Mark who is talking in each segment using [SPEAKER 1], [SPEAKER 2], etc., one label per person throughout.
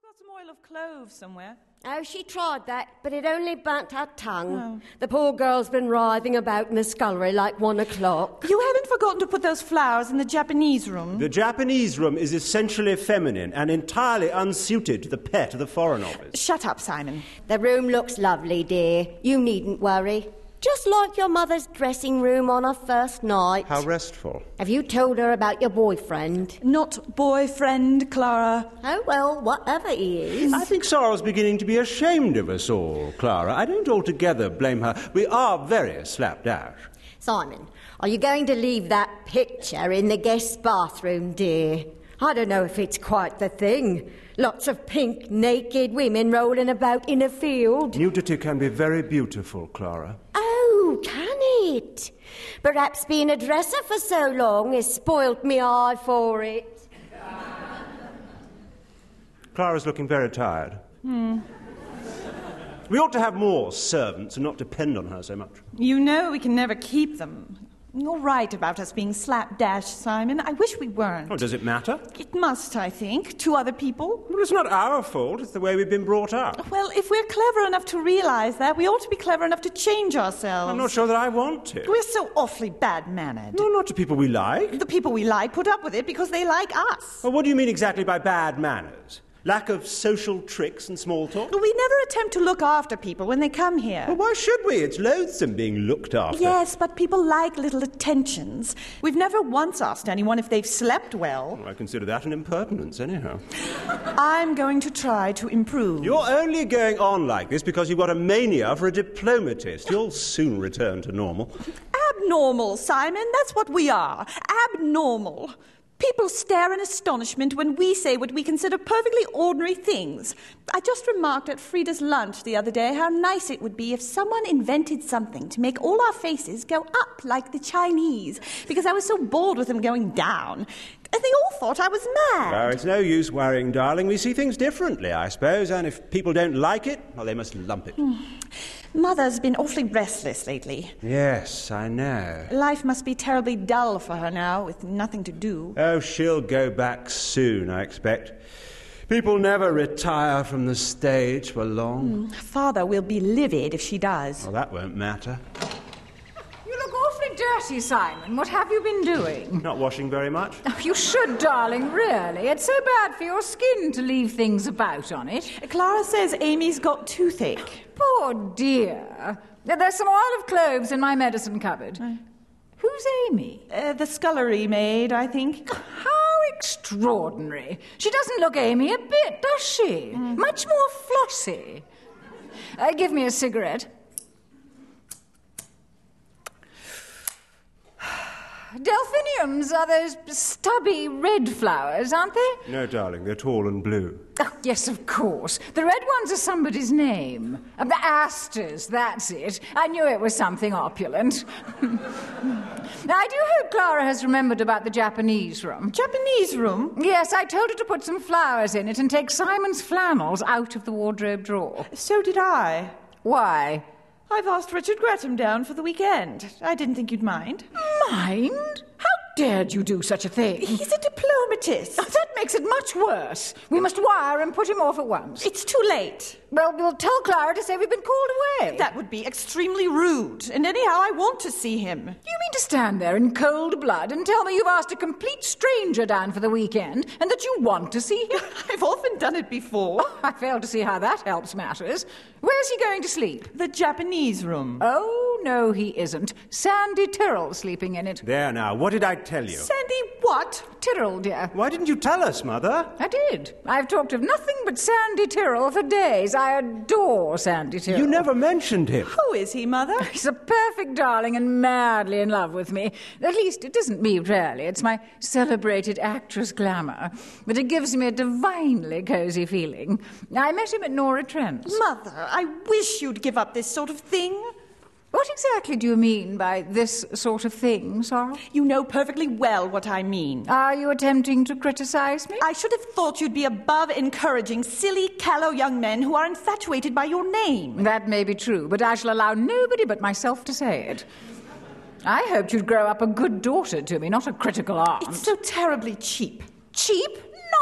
[SPEAKER 1] some oil of cloves somewhere.
[SPEAKER 2] Oh, she tried that, but it only burnt her tongue. The poor girl's been writhing about in the scullery like one o'clock.
[SPEAKER 1] You haven't forgotten to put those flowers in the Japanese room.
[SPEAKER 3] The Japanese room is essentially feminine and entirely unsuited to the pet of the Foreign Office.
[SPEAKER 1] Shut up, Simon.
[SPEAKER 2] The room looks lovely, dear. You needn't worry. Just like your mother's dressing room on her first night.
[SPEAKER 3] How restful.
[SPEAKER 2] Have you told her about your boyfriend?
[SPEAKER 1] Not boyfriend, Clara.
[SPEAKER 2] Oh, well, whatever he is.
[SPEAKER 3] I think Sorrel's beginning to be ashamed of us all, Clara. I don't altogether blame her. We are very slapdash.
[SPEAKER 2] Simon, are you going to leave that picture in the guest's bathroom, dear? I don't know if it's quite the thing. Lots of pink, naked women rolling about in a field.
[SPEAKER 3] Nudity can be very beautiful, Clara.
[SPEAKER 2] Oh, can it? Perhaps being a dresser for so long has spoilt me eye for it.
[SPEAKER 3] Clara's looking very tired. Hmm. we ought to have more servants and not depend on her so much.
[SPEAKER 1] You know we can never keep them. You're right about us being slapdash, Simon. I wish we weren't.
[SPEAKER 3] Oh, does it matter?
[SPEAKER 1] It must, I think, to other people.
[SPEAKER 3] Well, it's not our fault. It's the way we've been brought up.
[SPEAKER 1] Well, if we're clever enough to realize that, we ought to be clever enough to change ourselves.
[SPEAKER 3] I'm not sure that I want to.
[SPEAKER 1] We're so awfully bad mannered.
[SPEAKER 3] No, not to people we like.
[SPEAKER 1] The people we like put up with it because they like us.
[SPEAKER 3] Well, what do you mean exactly by bad manners? Lack of social tricks and small talk?
[SPEAKER 1] We never attempt to look after people when they come here.
[SPEAKER 3] Well, why should we? It's loathsome being looked after.
[SPEAKER 1] Yes, but people like little attentions. We've never once asked anyone if they've slept well.
[SPEAKER 3] Well, I consider that an impertinence, anyhow.
[SPEAKER 1] I'm going to try to improve.
[SPEAKER 3] You're only going on like this because you've got a mania for a diplomatist. You'll soon return to normal.
[SPEAKER 1] Abnormal, Simon. That's what we are. Abnormal. People stare in astonishment when we say what we consider perfectly ordinary things. I just remarked at Frida's lunch the other day how nice it would be if someone invented something to make all our faces go up like the Chinese, because I was so bored with them going down. And they all thought I was mad.
[SPEAKER 3] Oh, it's no use worrying, darling. We see things differently, I suppose, and if people don't like it, well, they must lump it.
[SPEAKER 1] Mother's been awfully restless lately.
[SPEAKER 3] Yes, I know.
[SPEAKER 1] Life must be terribly dull for her now, with nothing to do.
[SPEAKER 3] Oh, she'll go back soon, I expect. People never retire from the stage for long.
[SPEAKER 1] Father will be livid if she does.
[SPEAKER 3] Well, that won't matter.
[SPEAKER 4] You look awfully dirty, Simon. What have you been doing?
[SPEAKER 3] Not washing very much.
[SPEAKER 4] Oh, You should, darling, really. It's so bad for your skin to leave things about on it.
[SPEAKER 1] Clara says Amy's got toothache.
[SPEAKER 4] Poor dear. There's some oil of cloves in my medicine cupboard. Who's Amy?
[SPEAKER 1] Uh, the scullery maid, I think.
[SPEAKER 4] How extraordinary. She doesn't look Amy a bit, does she? Much more flossy. Uh, give me a cigarette. Delphiniums are those stubby red flowers, aren't they?
[SPEAKER 3] No, darling, they're tall and blue.
[SPEAKER 4] Oh, yes, of course. The red ones are somebody's name. Uh, The asters, that's it. I knew it was something opulent. now, I do hope Clara has remembered about the Japanese room.
[SPEAKER 1] Japanese room?
[SPEAKER 4] Yes, I told her to put some flowers in it and take Simon's flannels out of the wardrobe drawer.
[SPEAKER 1] So did I.
[SPEAKER 4] Why?
[SPEAKER 1] I've asked Richard Gretham down for the weekend. I didn't think you'd mind.
[SPEAKER 4] Mind? How dared you do such a thing?
[SPEAKER 1] He's a diplomatist.
[SPEAKER 4] Oh, That makes it much worse. We must wire and put him off at once.
[SPEAKER 1] It's too late.
[SPEAKER 4] Well, we'll tell Clara to say we've been called away.
[SPEAKER 1] That would be extremely rude. And anyhow, I want to see him.
[SPEAKER 4] You mean to stand there in cold blood and tell me you've asked a complete stranger down for the weekend and that you want to see him?
[SPEAKER 1] I've often done it before.
[SPEAKER 4] I fail to see how that helps matters. Where's he going to sleep?
[SPEAKER 1] The Japanese room.
[SPEAKER 4] Oh, no, he isn't. Sandy Tyrrell's sleeping in it.
[SPEAKER 3] There now, what did I tell you?
[SPEAKER 1] Sandy, what?
[SPEAKER 4] Tyrrell, dear.
[SPEAKER 3] Why didn't you tell us, Mother?
[SPEAKER 4] I did. I've talked of nothing but Sandy Tyrrell for days. I adore Sandy Tyrrell.
[SPEAKER 3] You never mentioned him.
[SPEAKER 1] Who is he, Mother?
[SPEAKER 4] He's a perfect darling and madly in love with me. At least it isn't me, really. It's my celebrated actress glamour. But it gives me a divinely cosy feeling. I met him at Nora Trent's.
[SPEAKER 1] Mother, I wish you'd give up this sort of thing.
[SPEAKER 4] What exactly do you mean by this sort of thing, Sorrel?
[SPEAKER 1] You know perfectly well what I mean.
[SPEAKER 4] Are you attempting to criticize me?
[SPEAKER 1] I should have thought you'd be above encouraging silly, callow young men who are infatuated by your name.
[SPEAKER 4] That may be true, but I shall allow nobody but myself to say it. I hoped you'd grow up a good daughter to me, not a critical aunt.
[SPEAKER 1] It's so terribly cheap.
[SPEAKER 4] cheap?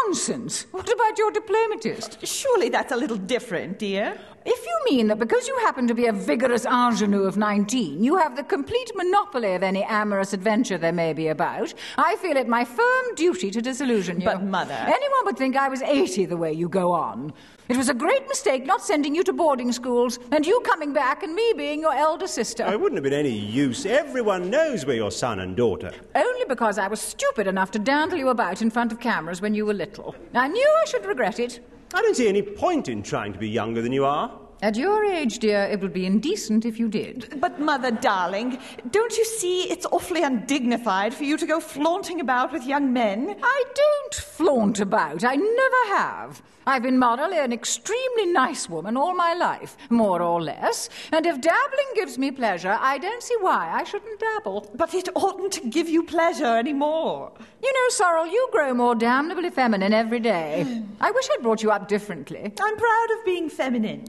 [SPEAKER 4] Nonsense! What about your diplomatist?
[SPEAKER 1] Surely that's a little different, dear.
[SPEAKER 4] If you mean that because you happen to be a vigorous ingenue of 19, you have the complete monopoly of any amorous adventure there may be about, I feel it my firm duty to disillusion you.
[SPEAKER 1] But, Mother-
[SPEAKER 4] Anyone would think I was 80 the way you go on. It was a great mistake not sending you to boarding schools, and you coming back, and me being your elder sister.
[SPEAKER 5] It wouldn't have been any use. Everyone knows we're your son and daughter.
[SPEAKER 4] Only because I was stupid enough to dandle you about in front of cameras when you were little. I knew I should regret it.
[SPEAKER 5] I don't see any point in trying to be younger than you are.
[SPEAKER 4] At your age, dear, it would be indecent if you did.
[SPEAKER 1] But, Mother, darling, don't you see it's awfully undignified for you to go flaunting about with young men?
[SPEAKER 4] I don't flaunt about. I never have. I've been morally an extremely nice woman all my life, more or less. And if dabbling gives me pleasure, I don't see why I shouldn't dabble.
[SPEAKER 1] But it oughtn't to give you pleasure anymore.
[SPEAKER 4] You know, Sorrel, you grow more damnably feminine every day. I wish I'd brought you up differently.
[SPEAKER 1] I'm proud of being feminine.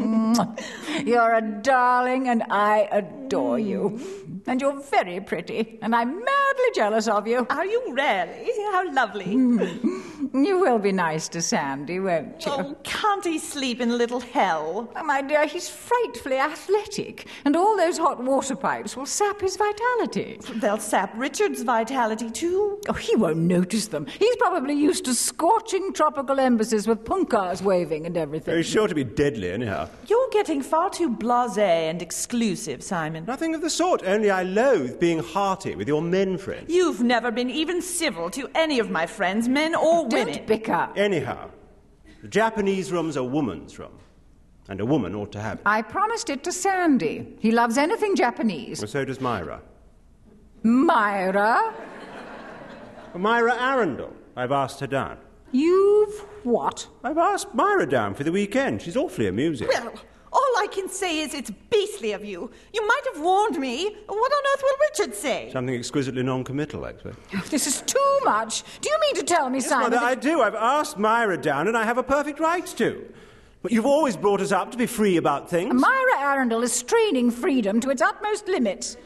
[SPEAKER 4] You're a darling, and I adore you. And you're very pretty, and I'm madly jealous of you.
[SPEAKER 1] Are you really? How lovely.
[SPEAKER 4] You will be nice to Sandy, won't you?
[SPEAKER 1] Oh, can't he sleep in little hell?
[SPEAKER 4] Oh, my dear, he's frightfully athletic, and all those hot water pipes will sap his vitality.
[SPEAKER 1] They'll sap Richard's vitality too.
[SPEAKER 4] Oh, he won't notice them. He's probably used to scorching tropical embassies with punkahs waving and everything.
[SPEAKER 5] It's sure to be deadly, anyhow.
[SPEAKER 1] You're getting far too blase and exclusive, Simon.
[SPEAKER 5] Nothing of the sort, only I loathe being hearty with your men friends.
[SPEAKER 1] You've never been even civil to any of my friends, men or women.
[SPEAKER 4] Don't bicker.
[SPEAKER 5] Anyhow, the Japanese room's a woman's room, and a woman ought to have it.
[SPEAKER 4] I promised it to Sandy. He loves anything Japanese.
[SPEAKER 5] Well, so does Myra.
[SPEAKER 4] Myra,
[SPEAKER 5] Myra Arundel. I've asked her down.
[SPEAKER 4] you've what?
[SPEAKER 5] I've asked Myra down for the weekend. She's awfully amusing.
[SPEAKER 1] Well, all I can say is it's beastly of you. You might have warned me. What on earth will Richard say?
[SPEAKER 5] Something exquisitely non-committal, actually.
[SPEAKER 4] This is too much. Do you mean to tell me, Simon?
[SPEAKER 5] Mother,
[SPEAKER 4] that-
[SPEAKER 5] I do. I've asked Myra down, and I have a perfect right to. But you've always brought us up to be free about things.
[SPEAKER 4] Myra Arundel is straining freedom to its utmost limits.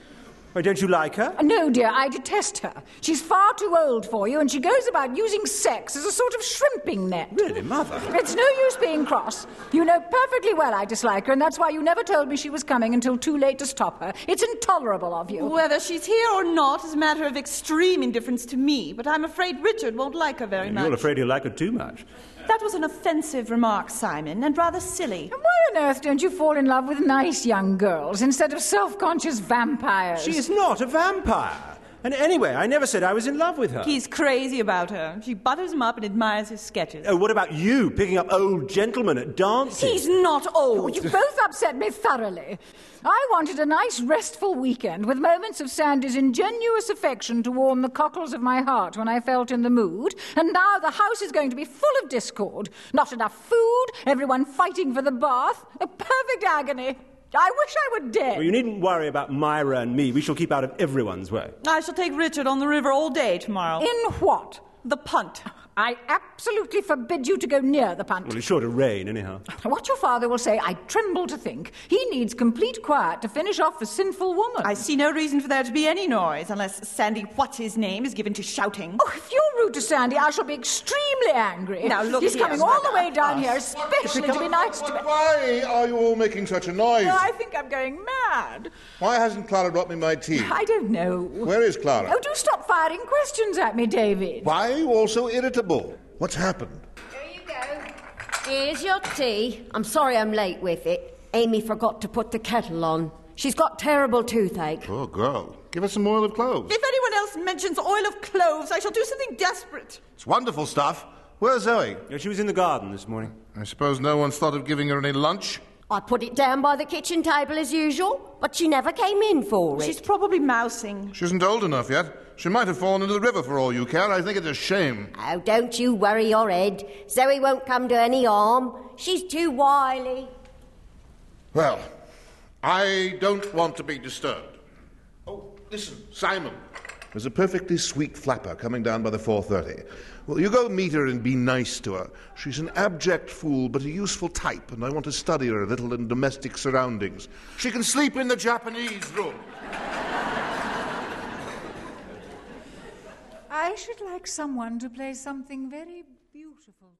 [SPEAKER 5] Why, don't you like her?
[SPEAKER 4] No, dear, I detest her. She's far too old for you, and she goes about using sex as a sort of shrimping net.
[SPEAKER 5] Really, Mother?
[SPEAKER 4] It's no use being cross. You know perfectly well I dislike her, and that's why you never told me she was coming until too late to stop her. It's intolerable of you.
[SPEAKER 1] Whether she's here or not is a matter of extreme indifference to me, but I'm afraid Richard won't like her very much.
[SPEAKER 5] You're afraid he'll like her too much.
[SPEAKER 1] That was an offensive remark, Simon, and rather silly.
[SPEAKER 4] And Why on earth don't you fall in love with nice young girls instead of self conscious vampires?
[SPEAKER 5] She is not a vampire. And anyway, I never said I was in love with her.
[SPEAKER 1] He's crazy about her. She butters him up and admires his sketches.
[SPEAKER 5] Oh, what about you picking up old gentlemen at dances?
[SPEAKER 1] He's not
[SPEAKER 4] Oh,
[SPEAKER 1] old.
[SPEAKER 4] you both upset me thoroughly. I wanted a nice, restful weekend with moments of Sandy's ingenuous affection to warm the cockles of my heart when I felt in the mood, and now the house is going to be full of discord. Not enough food, everyone fighting for the bath, a perfect agony. I wish I were dead.
[SPEAKER 5] Well, you needn't worry about Myra and me. We shall keep out of everyone's way.
[SPEAKER 1] I shall take Richard on the river all day tomorrow.
[SPEAKER 4] In what?
[SPEAKER 1] the punt.
[SPEAKER 4] I absolutely forbid you to go near the punt.
[SPEAKER 5] Well, it's sure to rain, anyhow.
[SPEAKER 4] What your father will say, I tremble to think. He needs complete quiet to finish off the sinful woman.
[SPEAKER 1] I see no reason for there to be any noise unless Sandy, what's his name, is given to shouting.
[SPEAKER 4] Oh, if you're rude to Sandy, I shall be extremely angry.
[SPEAKER 1] Now, look
[SPEAKER 4] He's
[SPEAKER 1] here,
[SPEAKER 4] coming all the
[SPEAKER 1] Mother.
[SPEAKER 4] way down here, especially to be nice to me.
[SPEAKER 6] Why are you all making such a noise?
[SPEAKER 4] I think I'm going mad.
[SPEAKER 6] Why hasn't Clara brought me my tea?
[SPEAKER 4] I don't know.
[SPEAKER 6] Where is Clara?
[SPEAKER 4] Oh, do stop firing questions at me, David.
[SPEAKER 6] Why are you all so irritable? What's happened?
[SPEAKER 2] Here you go. Here's your tea. I'm sorry I'm late with it. Amy forgot to put the kettle on. She's got terrible toothache.
[SPEAKER 6] Poor girl. Give us some oil of cloves.
[SPEAKER 1] If anyone else mentions oil of cloves, I shall do something desperate.
[SPEAKER 6] It's wonderful stuff. Where's Zoe?
[SPEAKER 5] Yeah, She was in the garden this morning.
[SPEAKER 6] I suppose no one's thought of giving her any lunch.
[SPEAKER 2] I put it down by the kitchen table as usual, but she never came in for it.
[SPEAKER 1] She's probably mousing.
[SPEAKER 6] She isn't old enough yet. She might have fallen into the river for all you care. I think it's a shame.
[SPEAKER 2] Oh, don't you worry your head. Zoe won't come to any harm. She's too wily.
[SPEAKER 6] Well, I don't want to be disturbed. Oh, listen, Simon. There's a perfectly sweet flapper coming down by the 4.30. Well, you go meet her and be nice to her. She's an abject fool, but a useful type, and I want to study her a little in domestic surroundings. She can sleep in the Japanese room.
[SPEAKER 4] I I should like someone to play something very beautiful to